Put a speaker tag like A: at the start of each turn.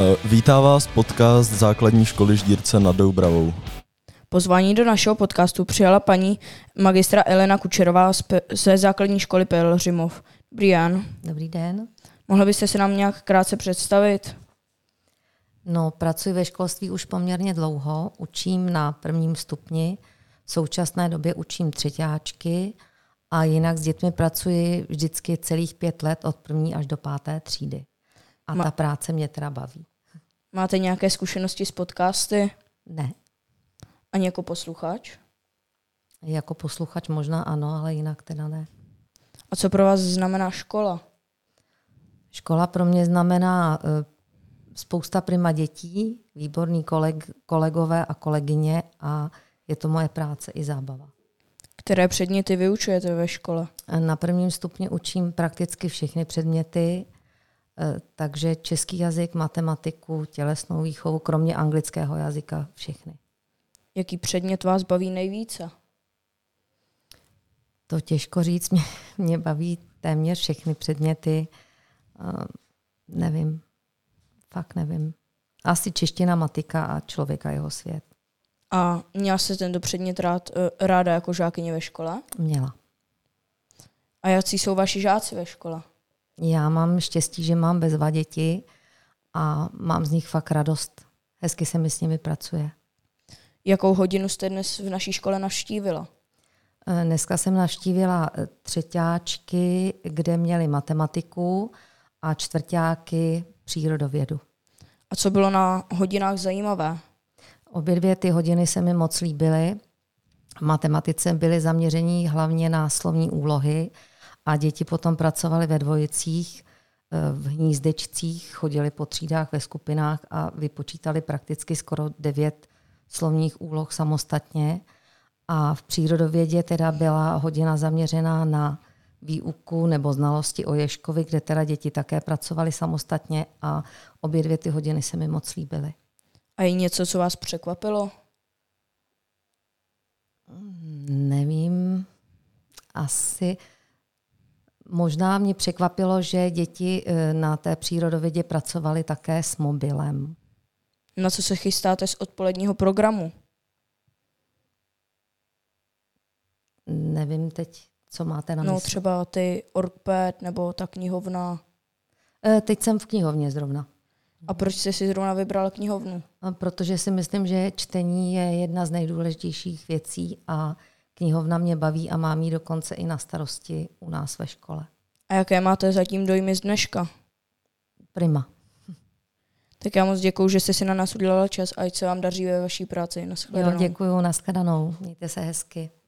A: Eh, Vítá vás podcast Základní školy Ždírce nad Doubravou.
B: Pozvání do našeho podcastu přijala paní magistra Elena Kučerová z P- ze základní školy Pelhřimov. Dobrý den.
C: Dobrý den.
B: Mohla byste se nám nějak krátce představit?
C: No, pracuji ve školství už poměrně dlouho, učím na prvním stupni, v současné době učím třetíáčky a jinak s dětmi pracuji vždycky celých pět let od první až do páté třídy. A
B: Ma-
C: ta práce mě teda baví.
B: Máte nějaké zkušenosti s podcasty?
C: Ne,
B: Ani jako posluchač?
C: jako posluchač možná ano, ale jinak teda ne.
B: A co pro vás znamená škola?
C: Škola pro mě znamená eh, spousta prima dětí, výborní koleg, kolegové a kolegyně a je to moje práce i zábava.
B: Které předměty vyučujete ve škole?
C: Na prvním stupni učím prakticky všechny předměty, eh, takže český jazyk, matematiku, tělesnou výchovu, kromě anglického jazyka, všechny.
B: Jaký předmět vás baví nejvíce?
C: To těžko říct, mě, mě baví téměř všechny předměty. Eh, Nevím, fakt nevím. Asi čeština, matika a člověk a jeho svět.
B: A měla jste tento předmět rád, eh, ráda jako žákyně ve škole?
C: Měla.
B: A jaký jsou vaši žáci ve škole?
C: Já mám štěstí, že mám bezva děti a mám z nich fakt radost. Hezky se mi s nimi pracuje.
B: Jakou hodinu jste dnes v naší škole navštívila?
C: Eh, Dneska jsem navštívila eh, třetíáčky, kde měli matematiku a čtvrtáky přírodovědu.
B: A co bylo na hodinách zajímavé?
C: Obě dvě ty hodiny se mi moc líbily. V matematice byly zaměření hlavně na slovní úlohy a děti potom pracovaly ve dvojicích, eh, v hnízdečcích, chodili po třídách ve skupinách a vypočítali prakticky skoro devět slovních úloh samostatně. A v přírodovědě teda byla hodina zaměřená na výuku nebo znalosti o Ješkovi, kde teda děti také pracovali samostatně a obě dvě ty hodiny se mi moc líbily.
B: A je něco, co vás překvapilo?
C: Nevím, asi. Možná mě překvapilo, že děti eh, na té přírodovědě pracovali také s mobilem.
B: Na co se chystáte z odpoledního programu?
C: Nevím teď, co máte na
B: No
C: mysli.
B: třeba ty Orkped nebo ta knihovna.
C: Eh, Teď jsem v knihovně zrovna, No.
B: A proč jste si zrovna vybral knihovnu?
C: A protože si myslím, že čtení je jedna z nejdůležitějších věcí a knihovna mě baví a mám ji dokonce i na starosti u nás ve škole.
B: A jaké máte zatím dojmy z dneška?
C: Prima.
B: Tak já moc děkuji, že jste si na nás udělala čas a ať se vám daří ve vaší práci.
C: Jo,
B: Nashledanou.
C: děkuju, nashledanou, mějte se hezky.